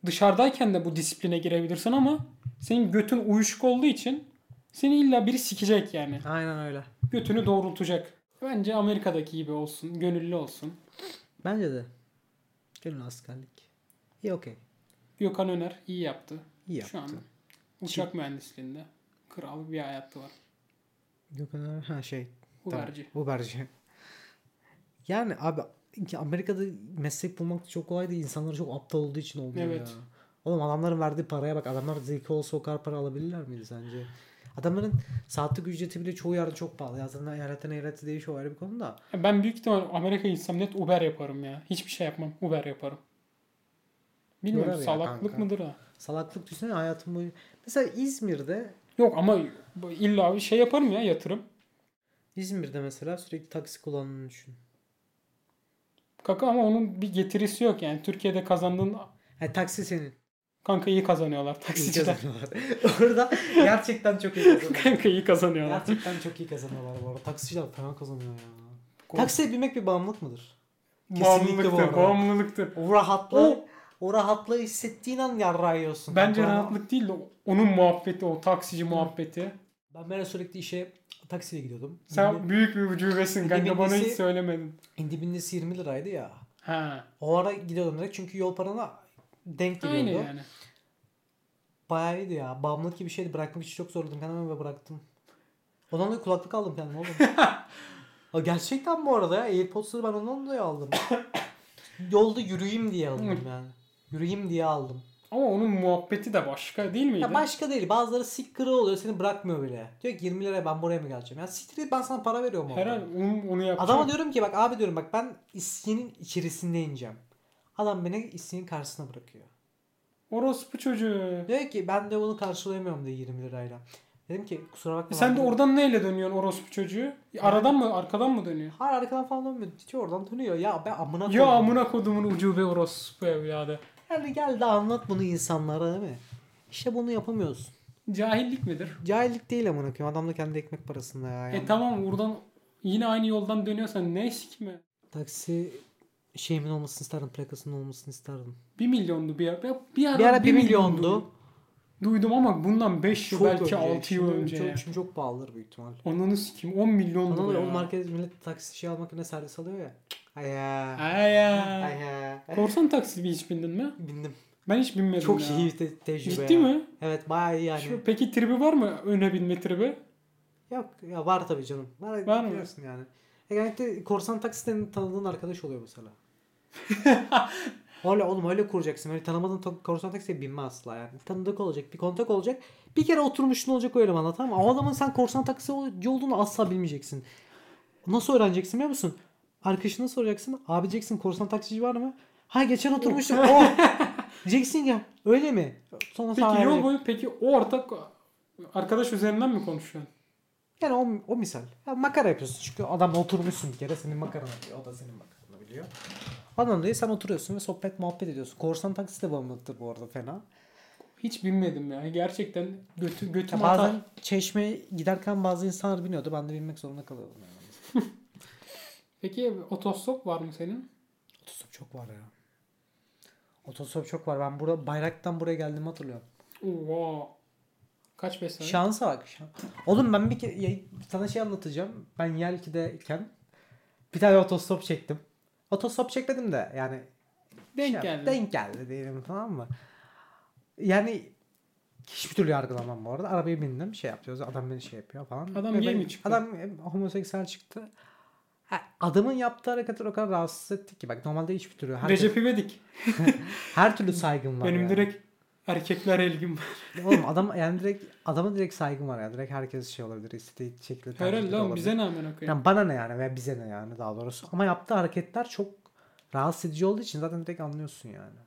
Speaker 2: dışarıdayken de bu disipline girebilirsin ama senin götün uyuşuk olduğu için seni illa biri sikecek yani.
Speaker 1: Aynen öyle.
Speaker 2: Götünü doğrultacak. Bence Amerika'daki gibi olsun. Gönüllü olsun.
Speaker 1: Bence de. Gönül askerlik. İyi okey.
Speaker 2: Gökhan Öner iyi yaptı.
Speaker 1: İyi yaptı.
Speaker 2: Şu an uçak mühendisliğinde. Kral bir hayatı var.
Speaker 1: Gökhan Öner- ha şey.
Speaker 2: Uberci.
Speaker 1: Tamam, Uberci. Yani abi ki Amerika'da meslek bulmak çok kolay değil. İnsanlar çok aptal olduğu için olmuyor
Speaker 2: Evet.
Speaker 1: ya. Oğlum adamların verdiği paraya bak. Adamlar zeki olsa o kadar para alabilirler miydi sence? Adamların saatlik ücreti bile çoğu yerde çok pahalı. Ya zaten eyaletten eyalete değişiyor o ayrı bir konu da.
Speaker 2: Ben büyük ihtimal Amerika gitsem net Uber yaparım ya. Hiçbir şey yapmam. Uber yaparım. Bilmiyorum
Speaker 1: Uber ya
Speaker 2: salaklık
Speaker 1: kanka.
Speaker 2: mıdır ha?
Speaker 1: Salaklık düşünsene hayatım boyu. Mesela İzmir'de
Speaker 2: Yok ama illa bir şey yaparım ya yatırım.
Speaker 1: İzmir'de mesela sürekli taksi kullandığını düşün.
Speaker 2: Kaka ama onun bir getirisi yok yani. Türkiye'de kazandığın
Speaker 1: Ha, taksi senin.
Speaker 2: kanka iyi kazanıyorlar taksiciler.
Speaker 1: Orada gerçekten çok iyi kazanıyorlar.
Speaker 2: kanka iyi kazanıyorlar.
Speaker 1: Gerçekten çok iyi kazanıyorlar bu arada. Taksiciler fena kazanıyor ya.
Speaker 2: Ko-
Speaker 1: Taksiye binmek bir bağımlılık mıdır? Kesinlikle bu
Speaker 2: Bağımlılıktır,
Speaker 1: arada.
Speaker 2: bağımlılıktır.
Speaker 1: O rahatlığı,
Speaker 2: O-
Speaker 1: o rahatlığı hissettiğin an yarrağı yiyorsun.
Speaker 2: Bence
Speaker 1: Ben-
Speaker 2: rahatlık değil de onun muhabbeti, o taksici muhabbeti.
Speaker 1: Ben böyle sürekli işe taksiyle gidiyordum.
Speaker 2: Sen büyük bir vücubesin kanka bana hiç
Speaker 1: Birincisi-
Speaker 2: söylemedin.
Speaker 1: İndi bindisi 20 liraydı ya.
Speaker 2: Ha.
Speaker 1: O ara gidiyordum direkt çünkü yol parana denk geliyordu.
Speaker 2: Aynı yani.
Speaker 1: Bayağı iyiydi ya. Bağımlılık gibi bir şeydi. Bırakmak için çok zorladım kendime ve bıraktım. Ondan dolayı kulaklık aldım kendime oğlum. Ha, gerçekten bu arada ya. Airpods'ları ben ondan dolayı aldım. Yolda yürüyeyim diye aldım yani. Yürüyeyim diye aldım.
Speaker 2: Ama onun muhabbeti de başka değil miydi?
Speaker 1: Ya başka değil. Bazıları sik kırı oluyor seni bırakmıyor bile. Diyor ki 20 liraya ben buraya mı geleceğim? Ya siktir git ben sana para veriyorum orada.
Speaker 2: Herhalde onu, onu yapacak.
Speaker 1: Adama diyorum ki bak abi diyorum bak ben iskiyenin içerisinde ineceğim. Adam beni iskiyenin karşısına bırakıyor.
Speaker 2: Orospu çocuğu.
Speaker 1: Diyor ki ben de bunu karşılayamıyorum diyor 20 lirayla. Dedim ki kusura bakma.
Speaker 2: Sen
Speaker 1: ben
Speaker 2: de
Speaker 1: bunu-
Speaker 2: oradan neyle dönüyorsun orospu çocuğu? Aradan mı arkadan mı dönüyor?
Speaker 1: Hayır arkadan falan dönmüyor. Hiç oradan dönüyor. Ya ben amına
Speaker 2: Ya
Speaker 1: koyayım.
Speaker 2: amına kodumun ucube orospu evladı.
Speaker 1: Yani gel de anlat bunu insanlara değil mi? İşte bunu yapamıyorsun.
Speaker 2: Cahillik midir?
Speaker 1: Cahillik değil amına koyayım. Adam da kendi ekmek parasında ya. Yani.
Speaker 2: E tamam buradan yine aynı yoldan dönüyorsan ne sikme?
Speaker 1: Taksi şeyimin olmasını isterdim. Plakasının olmasını isterdim.
Speaker 2: Bir milyondu bir ara. Bir ara,
Speaker 1: Bir ara 1
Speaker 2: bir milyondu.
Speaker 1: milyondu.
Speaker 2: Duydum ama bundan 5 yıl
Speaker 1: Çok
Speaker 2: belki
Speaker 1: önce,
Speaker 2: 6 yıl
Speaker 1: şimdi-
Speaker 2: önce.
Speaker 1: Çok,
Speaker 2: yani.
Speaker 1: şimdi çok pahalıdır büyük ihtimal.
Speaker 2: Ananı sikeyim 10 milyon
Speaker 1: Anladın
Speaker 2: dolar.
Speaker 1: mı? O market millet taksi şey almak yerine servis alıyor ya. Aya.
Speaker 2: Aya.
Speaker 1: Aya.
Speaker 2: Korsan taksi bir hiç bindin mi?
Speaker 1: Bindim.
Speaker 2: Ben hiç binmedim
Speaker 1: Çok
Speaker 2: ya.
Speaker 1: iyi bir te- tecrübe.
Speaker 2: Ciddi
Speaker 1: ya.
Speaker 2: mi?
Speaker 1: Evet bayağı iyi yani.
Speaker 2: Şu, peki tribi var mı? Öne binme tribi.
Speaker 1: Yok ya var tabii canım. Var,
Speaker 2: Var mı?
Speaker 1: biliyorsun yani. E, genellikle korsan taksiden tanıdığın arkadaş oluyor mesela. öyle oğlum öyle kuracaksın. Öyle tanımadığın to- korsan taksiye binme asla yani. Tanıdık olacak, bir kontak olacak. Bir kere oturmuşun olacak o elemana tamam mı? O adamın sen korsan taksici olduğunu asla bilmeyeceksin. Nasıl öğreneceksin biliyor musun? Arkadaşına soracaksın. Abi diyeceksin korsan taksici var mı? Ha geçen oturmuştum. oh. Diyeceksin ya öyle mi? Sonra sana
Speaker 2: Peki yol
Speaker 1: verecek.
Speaker 2: boyu peki o ortak arkadaş üzerinden mi konuşuyorsun?
Speaker 1: Yani o, o misal. Ya makara yapıyorsun çünkü adamla oturmuşsun bir kere senin makaranı biliyor. O da senin makaranı biliyor. Ondan dolayı sen oturuyorsun ve sohbet muhabbet ediyorsun. Korsan taksi de bağımlılıktır bu arada fena.
Speaker 2: Hiç binmedim ya. Gerçekten götü, götüm
Speaker 1: Ya
Speaker 2: atar.
Speaker 1: bazen çeşmeye giderken bazı insanlar biniyordu. Ben de binmek zorunda kalıyordum. Yani.
Speaker 2: Peki otostop var mı senin?
Speaker 1: Otostop çok var ya. Otostop çok var. Ben burada bayraktan buraya geldiğimi hatırlıyorum.
Speaker 2: Oha. Kaç beş sene?
Speaker 1: Şansa bak. şan- Oğlum ben bir ke- ya- sana şey anlatacağım. Ben Yelki'deyken bir tane otostop çektim. Otostop çekmedim de yani
Speaker 2: Denk
Speaker 1: şey-
Speaker 2: geldi.
Speaker 1: Denk geldi diyelim tamam mı? Yani hiçbir türlü yargılamam bu arada. Arabaya bindim şey yapıyoruz. Adam beni şey yapıyor falan.
Speaker 2: Adam
Speaker 1: Ve
Speaker 2: gay
Speaker 1: ben-
Speaker 2: mi çıktı?
Speaker 1: Adam e, homoseksüel çıktı. Ha, Adamın yaptığı hareketler o kadar rahatsız etti ki. Bak normalde hiçbir türlü. Her,
Speaker 2: Recep İvedik.
Speaker 1: her türlü saygım var.
Speaker 2: Benim
Speaker 1: yani.
Speaker 2: direkt erkekler elgim var.
Speaker 1: Oğlum adam yani direkt adama direkt saygım var yani. Direkt herkes şey olabilir. istediği şekilde tercih
Speaker 2: Herhalde
Speaker 1: ediyor
Speaker 2: lan
Speaker 1: olabilir.
Speaker 2: bize ne amına koyayım.
Speaker 1: Yani bana ne yani veya bize ne yani daha doğrusu. Ama yaptığı hareketler çok rahatsız edici olduğu için zaten direkt anlıyorsun yani.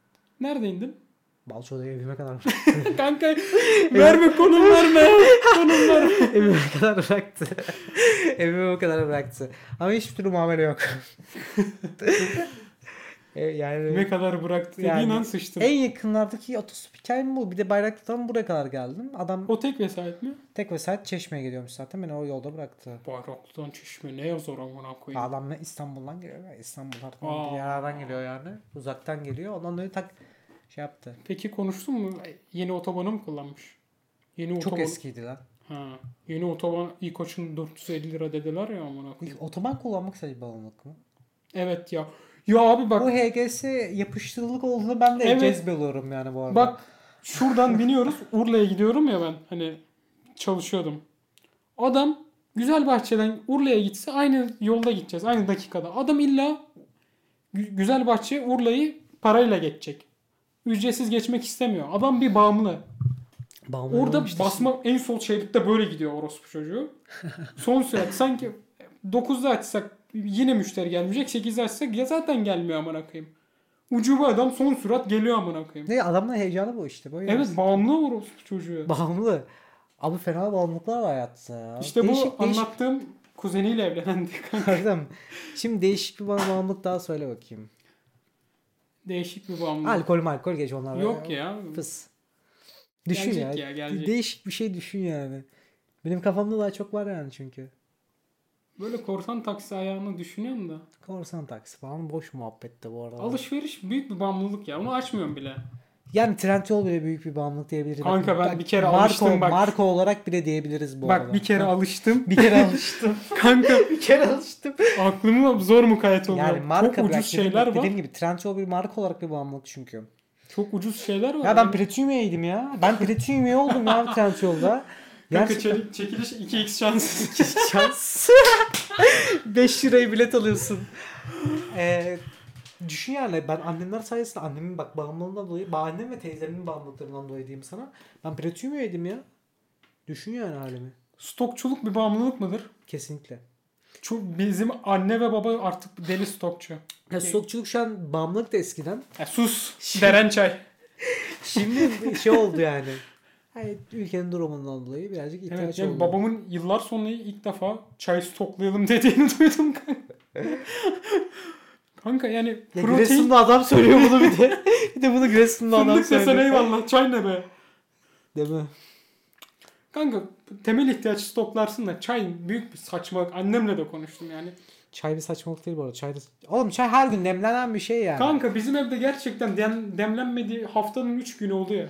Speaker 2: Nerede indin?
Speaker 1: Balço'da evime kadar
Speaker 2: Kanka verme konum verme. konum verme.
Speaker 1: Evime kadar bıraktı. Evime o kadar bıraktı. Ama hiçbir türlü muamele yok. E, yani
Speaker 2: Ne kadar bıraktı.
Speaker 1: Yani-
Speaker 2: Yani. İnan sıçtım.
Speaker 1: en yakınlardaki otostop hikayem bu. Bir de Bayraklı'dan buraya kadar geldim. Adam
Speaker 2: O tek vesayet mi?
Speaker 1: tek ve saat Çeşme'ye geliyormuş zaten. Beni o yolda bıraktı.
Speaker 2: Bayraklı'dan çeşme ne zor amına koyayım.
Speaker 1: Adam ne İstanbul'dan geliyor. ya, İstanbul'dan
Speaker 2: Aa.
Speaker 1: bir yerden geliyor yani. Uzaktan geliyor. Ondan dolayı tak şey yaptı.
Speaker 2: Peki konuştun mu? Yeni otobanı mı kullanmış? Yeni
Speaker 1: Çok
Speaker 2: otoban.
Speaker 1: eskiydi lan.
Speaker 2: Ha. Yeni otoban İkoç'un 450 lira dediler ya amına koyayım.
Speaker 1: İlk otoban kullanmak sadece bağımlılık mı?
Speaker 2: Evet ya. Ya abi bak
Speaker 1: Bu HGS yapıştırılık olduğunda ben de
Speaker 2: Evet.
Speaker 1: cezbe oluyorum yani bu arada.
Speaker 2: Bak şuradan biniyoruz. Urla'ya gidiyorum ya ben. Hani çalışıyordum. Adam güzel bahçeden Urla'ya gitse aynı yolda gideceğiz. Aynı dakikada. Adam illa güzel bahçe Urla'yı parayla geçecek. Ücretsiz geçmek istemiyor. Adam bir bağımlı.
Speaker 1: Bağımlı
Speaker 2: Orada
Speaker 1: olmuştu.
Speaker 2: basma en sol şeritte böyle gidiyor orospu çocuğu. Son sürat sanki 9'da açsak yine müşteri gelmeyecek. 8'de açsak ya zaten gelmiyor amına koyayım. Ucuba adam son sürat geliyor amına koyayım.
Speaker 1: Ne adamın heyecanı bu işte. Bu yani.
Speaker 2: Evet bağımlı orospu çocuğu.
Speaker 1: Bağımlı. Abi fena bağımlılıklar var hayatta ya.
Speaker 2: işte bu
Speaker 1: Değişik, değişik-
Speaker 2: anlattığım kuzeniyle evlenendi.
Speaker 1: Anladım. Şimdi değişik bir bana bağımlılık daha söyle bakayım.
Speaker 2: Değişik bir bağımlılık.
Speaker 1: Alkol alkol geç onlar.
Speaker 2: Yok ya.
Speaker 1: Fıs. Düşün
Speaker 2: Gelecek
Speaker 1: ya.
Speaker 2: ya, gelecek.
Speaker 1: Değişik bir şey düşün yani. Benim kafamda daha çok var yani çünkü.
Speaker 2: Böyle korsan taksi ayağını düşünüyorum da.
Speaker 1: Korsan taksi falan boş muhabbette bu arada.
Speaker 2: Alışveriş büyük bir bağımlılık ya. Onu açmıyorum bile.
Speaker 1: Yani Trendyol bile büyük bir bağımlılık diyebiliriz.
Speaker 2: Kanka ben
Speaker 1: Bak,
Speaker 2: bir kere
Speaker 1: marka,
Speaker 2: alıştım bak.
Speaker 1: Marka olarak bile diyebiliriz bu arada.
Speaker 2: Bak bir kere alıştım.
Speaker 1: bir kere alıştım.
Speaker 2: Kanka
Speaker 1: bir kere alıştım.
Speaker 2: aklıma zor mukayyet oluyor.
Speaker 1: Yani marka
Speaker 2: Çok
Speaker 1: bırak.
Speaker 2: ucuz
Speaker 1: Dediğim-
Speaker 2: şeyler var.
Speaker 1: Dediğim gibi Trendyol bir marka olarak bir bağımlılık çünkü.
Speaker 2: Çok ucuz şeyler var.
Speaker 1: Ya ben Pretumia'ydım ya. Ben Pretumia oldum ya Trendyol'da.
Speaker 2: Kanka
Speaker 1: Gerçekten
Speaker 2: çelik- çekiliş 2x şanssız.
Speaker 1: şans. 5 liraya bilet alıyorsun. Ee, düşün yani ben annemler sayesinde annemin bak bağımlılığından dolayı ba- annem ve teyzemin bağımlılıklarından dolayı diyeyim sana. Ben Pretumia'ydım ya. Düşün yani halimi.
Speaker 2: Stokçuluk bir bağımlılık mıdır?
Speaker 1: Kesinlikle.
Speaker 2: Çok bizim anne ve baba artık deli stokçu.
Speaker 1: Ya stokçuluk şu an bağımlılık da eskiden.
Speaker 2: Ya sus.
Speaker 1: Şey-
Speaker 2: Deren çay.
Speaker 1: Şimdi şey oldu yani. Hani ülkenin durumundan dolayı birazcık ihtiyaç
Speaker 2: Evet yani
Speaker 1: oldu.
Speaker 2: babamın yıllar sonra ilk defa çay stoklayalım dediğini duydum kanka. kanka yani
Speaker 1: Ya
Speaker 2: protein
Speaker 1: Giresun'da adam söylüyor bunu bir de. bir de bunu Giresun'da adam
Speaker 2: fındık desen
Speaker 1: söylüyor.
Speaker 2: eyvallah çay ne be.
Speaker 1: Değil mi?
Speaker 2: Kanka temel ihtiyaç stoklarsın da çay büyük bir saçmalık. Annemle de konuştum yani.
Speaker 1: Çay bir saçmalık değil bu arada. Çay da... Oğlum çay her gün demlenen bir şey yani.
Speaker 2: Kanka bizim evde gerçekten dem- demlenmediği haftanın 3 günü oluyor.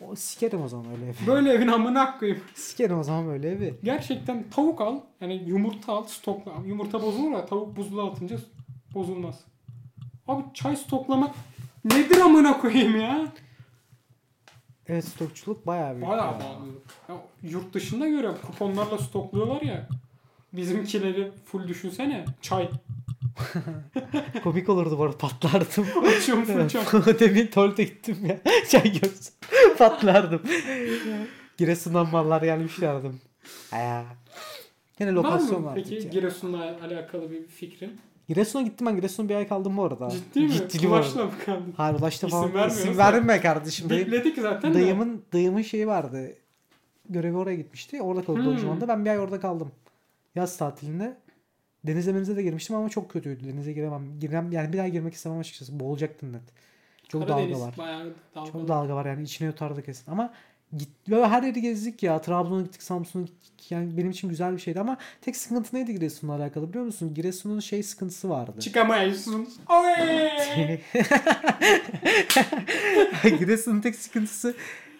Speaker 1: O, sikerim o zaman öyle evi.
Speaker 2: Böyle evin amına koyayım.
Speaker 1: Sikerim o zaman öyle evi.
Speaker 2: Gerçekten tavuk al. Yani yumurta al stokla. Yumurta bozulur ya tavuk buzluğa atınca bozulmaz. Abi çay stoklamak nedir amına koyayım ya?
Speaker 1: Evet stokçuluk bayağı büyük.
Speaker 2: Bayağı
Speaker 1: ya.
Speaker 2: bağımlılık. Ya yurt dışında görüyorum kuponlarla stokluyorlar ya. Bizimkileri full düşünsene. Çay.
Speaker 1: Komik olurdu bu arada patlardım.
Speaker 2: Açıyorum full çay.
Speaker 1: Demin tuvalete gittim ya. Çay göz. patlardım. Giresun'dan mallar gelmiş aradım. Ya. Yine
Speaker 2: Var
Speaker 1: lokasyon
Speaker 2: mı
Speaker 1: var.
Speaker 2: peki Giresun'la alakalı bir fikrin?
Speaker 1: Giresun'a gittim ben. Giresun'a bir ay kaldım bu arada.
Speaker 2: Ciddi mi?
Speaker 1: Gittili var.
Speaker 2: Kulaşla mı kaldın?
Speaker 1: Hayır ulaştı
Speaker 2: İsim
Speaker 1: falan.
Speaker 2: vermiyoruz
Speaker 1: İsim
Speaker 2: da.
Speaker 1: verme kardeşim. Dayım,
Speaker 2: Bekledik zaten de.
Speaker 1: dayımın, dayımın şeyi vardı. Görevi oraya gitmişti. Orada kaldı
Speaker 2: Hmm.
Speaker 1: hmm. Ben bir ay orada kaldım. Yaz tatilinde. Denize menize de girmiştim ama çok kötüydü. Denize giremem. Girem, yani bir daha girmek istemem açıkçası. Boğulacaktın net. Çok
Speaker 2: Karadeniz
Speaker 1: dalga var.
Speaker 2: Bayağı dalga
Speaker 1: Çok dalga var yani içine yutardı kesin ama git böyle her yeri gezdik ya. Trabzon'a gittik, Samsun'a gittik. Yani benim için güzel bir şeydi ama tek sıkıntı neydi Giresun'la alakalı biliyor musun? Giresun'un şey sıkıntısı vardı.
Speaker 2: Çıkamayasın. Oley!
Speaker 1: Giresun'un tek sıkıntısı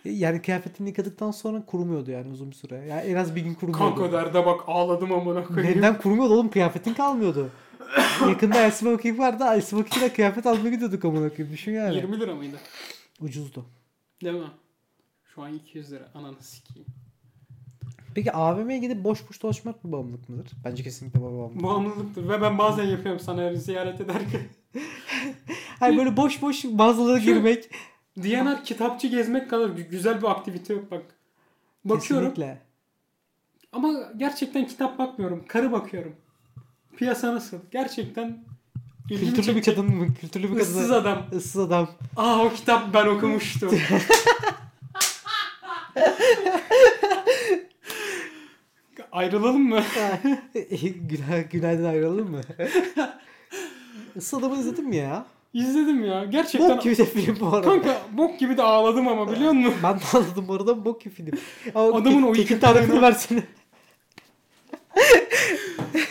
Speaker 1: yani kıyafetini yıkadıktan sonra kurumuyordu yani uzun bir süre. Yani en az bir gün kurumuyordu.
Speaker 2: Kanka derde bak ağladım amına koyayım.
Speaker 1: Neden kurumuyordu oğlum kıyafetin kalmıyordu. Yakında Elsim Okik vardı. Elsim Okik'le kıyafet almaya gidiyorduk amına koyayım. Düşün yani.
Speaker 2: 20 lira mıydı?
Speaker 1: Ucuzdu.
Speaker 2: Değil mi? Şu an 200 lira. Ananı sikeyim.
Speaker 1: Peki AVM'ye gidip boş boş dolaşmak mı bağımlılık mıdır? Bence kesinlikle bağımlılık.
Speaker 2: Bağımlılıktır ve ben bazen yapıyorum sana her ziyaret ederken.
Speaker 1: Hayır böyle boş boş mağazalara
Speaker 2: Şu-
Speaker 1: girmek.
Speaker 2: Diyanar kitapçı gezmek kadar gü- güzel bir aktivite yok bak. Bakıyorum
Speaker 1: Kesinlikle.
Speaker 2: ama gerçekten kitap bakmıyorum. Karı bakıyorum. Piyasa nasıl? Gerçekten ilgimi
Speaker 1: Kültürlü bir
Speaker 2: çekecek.
Speaker 1: kadın mı? Kültürlü bir kadın.
Speaker 2: Issız adam.
Speaker 1: Issız adam.
Speaker 2: Aa o kitap ben okumuştum. Ayrılalım mı?
Speaker 1: Günay, Günay'dan ayrılalım mı? Issız adamı izledim mi ya?
Speaker 2: İzledim ya. Gerçekten
Speaker 1: Bok gibi de film bu arada.
Speaker 2: Kanka bok gibi de ağladım ama biliyor musun?
Speaker 1: Ben de anladım bu arada bok gibi film. Ama
Speaker 2: Adamın o
Speaker 1: Tekin
Speaker 2: iki
Speaker 1: tarafını
Speaker 2: tane-
Speaker 1: versene.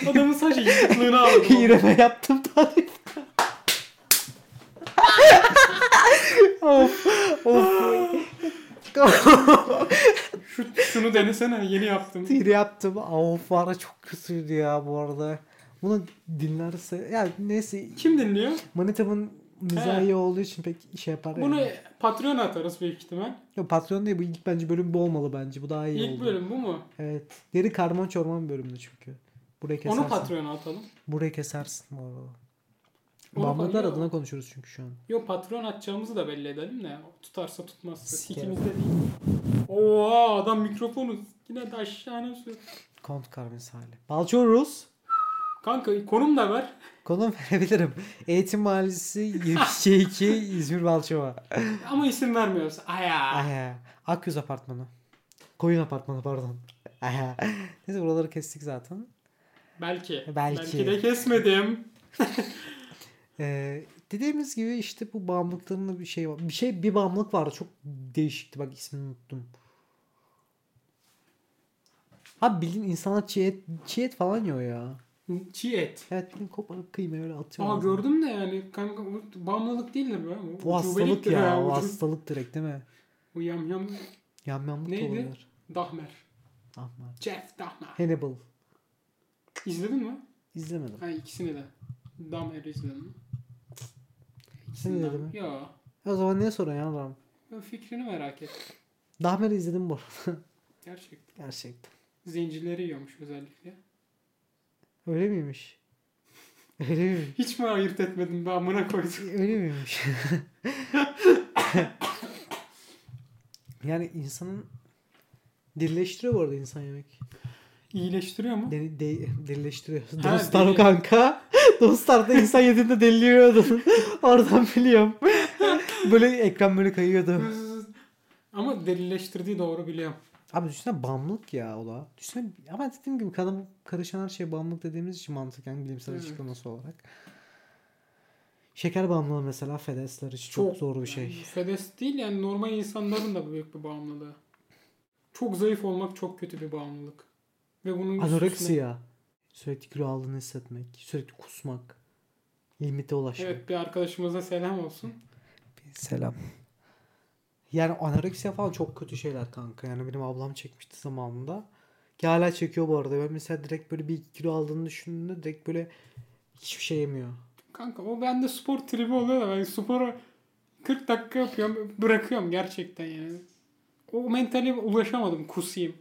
Speaker 2: Adamın sadece yıkıklığını ağladım.
Speaker 1: İğreme yaptım tarif. of. Of.
Speaker 2: Şu, şunu denesene yeni yaptım.
Speaker 1: Tiri yaptım. Of var ya, çok kötüydü ya bu arada. Bunu dinlerse yani neyse
Speaker 2: Kim dinliyor?
Speaker 1: Manitam'ın mizahi olduğu için pek şey yapar.
Speaker 2: Bunu
Speaker 1: yani.
Speaker 2: Patreon'a atarız büyük ihtimal.
Speaker 1: Yok, Patreon değil bu ilk bence bölüm bu olmalı bence. Bu daha iyi
Speaker 2: İlk
Speaker 1: oldu.
Speaker 2: bölüm bu mu?
Speaker 1: Evet. Deri karman çorman bölümünü çünkü. Buraya kesersin.
Speaker 2: Onu Patreon'a atalım.
Speaker 1: Buraya kesersin bu arada.
Speaker 2: Onu
Speaker 1: Bağımlılar
Speaker 2: Patreon-
Speaker 1: adına konuşuyoruz çünkü şu an.
Speaker 2: Yo Patreon atacağımızı da belli edelim de. Tutarsa tutmazsa.
Speaker 1: Sikerim.
Speaker 2: İkimiz de değil. Oo adam mikrofonu yine de aşağına sürüyor.
Speaker 1: Kont Carmen Salih. Balçoruz.
Speaker 2: Kanka konum da ver.
Speaker 1: Konum verebilirim. Eğitim Mahallesi 22 İzmir Balçova.
Speaker 2: Ama isim vermiyoruz. Aya.
Speaker 1: Aha. Akyüz Apartmanı. Koyun Apartmanı pardon. Aha. Neyse buraları kestik zaten.
Speaker 2: Belki.
Speaker 1: Belki.
Speaker 2: Belki de kesmedim.
Speaker 1: Ee, dediğimiz gibi işte bu bağımlılıklarında bir şey var. Bir şey bir bağımlılık vardı çok değişikti bak ismini unuttum. Abi bildiğin insanlar çiğ et, çiğ et falan yiyor ya.
Speaker 2: Çiğ et.
Speaker 1: Evet bildiğin koparıp kıymayı öyle atıyor.
Speaker 2: Aa
Speaker 1: ağzına.
Speaker 2: gördüm de yani kanka bu bağımlılık değildir be. Bu,
Speaker 1: Bu hastalık
Speaker 2: ucubeliktir
Speaker 1: ya.
Speaker 2: ha,
Speaker 1: O
Speaker 2: ucub-
Speaker 1: hastalık direkt değil mi?
Speaker 2: Bu yam yam
Speaker 1: Yamyamlık da
Speaker 2: Neydi?
Speaker 1: olabilir.
Speaker 2: Dahmer.
Speaker 1: Ahmet.
Speaker 2: Jeff Dahmer.
Speaker 1: Hannibal.
Speaker 2: İzledin mi?
Speaker 1: İzlemedim.
Speaker 2: Ha ikisini de. Dahmer'i izledin mi?
Speaker 1: İzledim
Speaker 2: İkisini
Speaker 1: mi?
Speaker 2: de. Yo.
Speaker 1: O zaman niye soruyorsun ya adam?
Speaker 2: Ben fikrini merak ettim.
Speaker 1: Dahmer'i izledim bu arada.
Speaker 2: Gerçekten.
Speaker 1: Gerçekten.
Speaker 2: Zencileri yiyormuş özellikle.
Speaker 1: Öyle miymiş? Öyle miymiş?
Speaker 2: Hiç mi ayırt etmedin be amına koydum.
Speaker 1: Öyle miymiş? yani insanın dirileştiriyor bu arada insan yemek.
Speaker 2: İyileştiriyor mu?
Speaker 1: De, de- dirileştiriyor.
Speaker 2: Ha,
Speaker 1: Dostlar
Speaker 2: deli.
Speaker 1: kanka. Dostlar'da insan yediğinde deliriyordun. Oradan biliyorum. böyle ekran böyle kayıyordu.
Speaker 2: Ama delileştirdiği doğru biliyorum.
Speaker 1: Abi düşünsene bağımlılık ya ola. Düşünsene ama dediğim gibi kanım karışan her şey bağımlılık dediğimiz için mantıken bilimsel
Speaker 2: Evet.
Speaker 1: açıklaması olarak. Şeker bağımlılığı mesela Fedesler için çok, zor bir şey.
Speaker 2: yani Fedes değil yani normal insanların da büyük bir bağımlılığı. Çok zayıf olmak çok kötü bir bağımlılık. Ve bunun üstüne-
Speaker 1: Anoreksiya. Sürekli kilo aldığını hissetmek. Sürekli kusmak. Limite ulaşmak.
Speaker 2: Evet bir arkadaşımıza selam olsun.
Speaker 1: Bir selam. Yani anoreksiya falan çok kötü şeyler kanka. Yani benim ablam çekmişti zamanında. Ki hala çekiyor bu arada. Ben mesela direkt böyle bir iki kilo aldığını düşündüğümde direkt böyle hiçbir şey yemiyor.
Speaker 2: Kanka o bende spor tribi oluyor da ben sporu 40 dakika yapıyorum bırakıyorum gerçekten yani. O mentali ulaşamadım kusayım.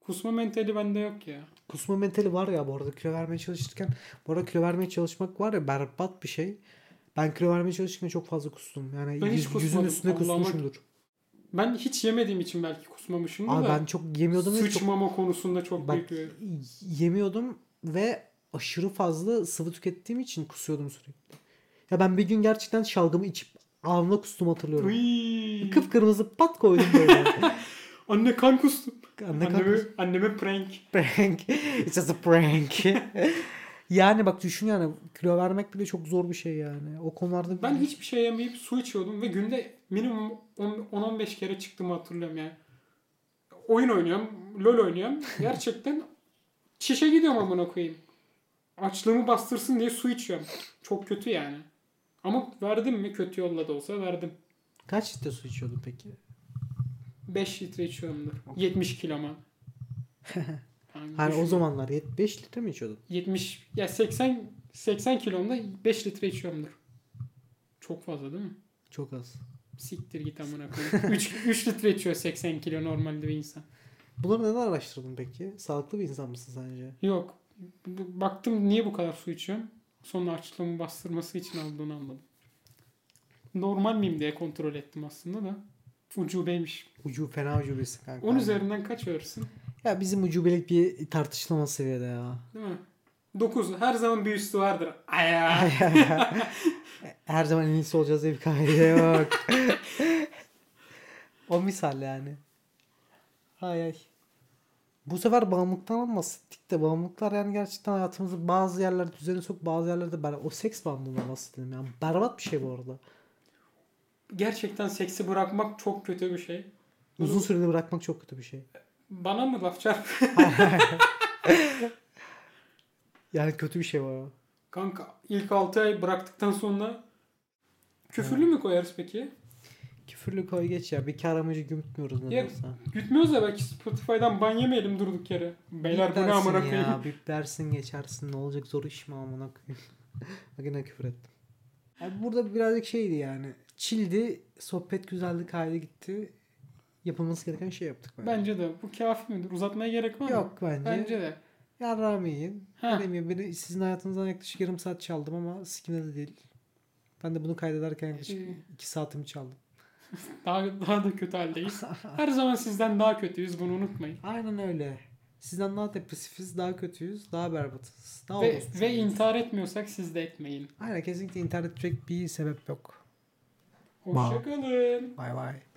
Speaker 2: Kusma mentali bende yok ya.
Speaker 1: Kusma mentali var ya bu arada kilo vermeye çalışırken. Bu arada kilo vermeye çalışmak var ya berbat bir şey. Ben kilo vermeye çalışırken çok fazla kustum. Yani
Speaker 2: Ben hiç
Speaker 1: yüz- yüzün
Speaker 2: kusmadım.
Speaker 1: üstüne
Speaker 2: Allah'ıma-
Speaker 1: kusmuşumdur.
Speaker 2: Ben hiç yemediğim için belki kusmamışım
Speaker 1: Abi
Speaker 2: da
Speaker 1: ben çok yemiyordum ve çok
Speaker 2: sıçmama konusunda çok
Speaker 1: Bak,
Speaker 2: büyük bir...
Speaker 1: yemiyordum ve aşırı fazla sıvı tükettiğim için kusuyordum sürekli. Ya ben bir gün gerçekten şalgamı içip ağzımda kustum hatırlıyorum.
Speaker 2: Uyyy.
Speaker 1: Kıpkırmızı pat koydum böyle.
Speaker 2: Anne kan kustum.
Speaker 1: Anne
Speaker 2: anneme,
Speaker 1: kalk-
Speaker 2: anneme prank.
Speaker 1: prank. It's just a prank. yani bak düşün yani kilo vermek bile çok zor bir şey yani. O konularda
Speaker 2: Ben hiçbir şey yemeyip su içiyordum ve günde minimum 10 10-15 kere çıktığımı hatırlıyorum yani. Oyun oynuyorum, LoL oynuyorum. Gerçekten şişe gidiyorum amına koyayım. Açlığımı bastırsın diye su içiyorum. Çok kötü yani. Ama verdim mi kötü yolla da olsa verdim.
Speaker 1: kaç litre su içiyordun peki?
Speaker 2: 5 litre içiyorumdur. 70 kilo ama. Yani
Speaker 1: Hani o
Speaker 2: düşün.
Speaker 1: zamanlar 5 litre mi içiyordun?
Speaker 2: 70 ya 80 80 kilomda 5 litre içiyorumdur. Çok fazla değil mi?
Speaker 1: Çok az.
Speaker 2: Siktir git amına koyayım. 3, 3 litre içiyor 80 kilo normalde bir insan.
Speaker 1: Bunları neden araştırdın peki? Sağlıklı bir insan mısın sence?
Speaker 2: Yok. B- Baktım niye bu kadar su içiyorum. Sonra açlığımı bastırması için aldığını anladım. Normal miyim diye kontrol ettim aslında da. Ucubeymiş.
Speaker 1: Ucu fena ucubesin kanka.
Speaker 2: 10 üzerinden kaç verirsin?
Speaker 1: Ya bizim ucubelik bir tartışılamaz seviyede ya.
Speaker 2: Değil mi? 9. Her zaman bir üstü vardır. Aya.
Speaker 1: Her zaman en iyisi olacağız diye bir kaide yok. o misal yani. Ay ay. Bu sefer bağımlılıktan ama bahsettik de bağımlılıklar yani gerçekten hayatımızı bazı yerlerde düzene sok bazı yerlerde berbat. O seks bağımlılığına bahsedelim yani. Berbat bir şey bu arada.
Speaker 2: Gerçekten seksi bırakmak çok kötü bir şey.
Speaker 1: Uzun süreli bırakmak çok kötü bir şey.
Speaker 2: Bana mı laf çarptı?
Speaker 1: Yani kötü bir şey var. o.
Speaker 2: Kanka ilk 6 ay bıraktıktan sonra küfürlü mü koyarız peki?
Speaker 1: Küfürlü koy geç ya. Bir kar amacı gümütmüyoruz ne
Speaker 2: Ya,
Speaker 1: olsa.
Speaker 2: Gütmüyoruz ya belki Spotify'dan ban yemeyelim durduk yere. Beyler bu ne amına
Speaker 1: Biplersin ya.
Speaker 2: koyayım.
Speaker 1: Biplersin geçersin. Ne olacak zor iş mi amına koyayım. Bak yine küfür ettim. Abi burada birazcık şeydi yani. Çildi. Sohbet güzellik hale gitti. Yapılması gereken şey yaptık bence.
Speaker 2: Bence de bu kafi midir? Uzatmaya gerek var mı?
Speaker 1: Yok bence.
Speaker 2: Bence de.
Speaker 1: Yarrağımı yiyin.
Speaker 2: Ha.
Speaker 1: Benim ya, beni sizin hayatınızdan yaklaşık yarım saat çaldım ama sikimde de değil. Ben de bunu kaydederken yaklaşık
Speaker 2: Ee,
Speaker 1: iki saatimi çaldım.
Speaker 2: Daha, daha da kötü haldeyiz. Her zaman sizden daha kötüyüz bunu unutmayın.
Speaker 1: Aynen öyle. Sizden daha depresifiz, daha kötüyüz, daha berbatız. Daha
Speaker 2: Ve,
Speaker 1: olumsuz.
Speaker 2: ve intihar etmiyorsak siz de etmeyin.
Speaker 1: Aynen kesinlikle intihar edecek bir sebep yok. Wow.
Speaker 2: Hoşçakalın.
Speaker 1: Bay bay.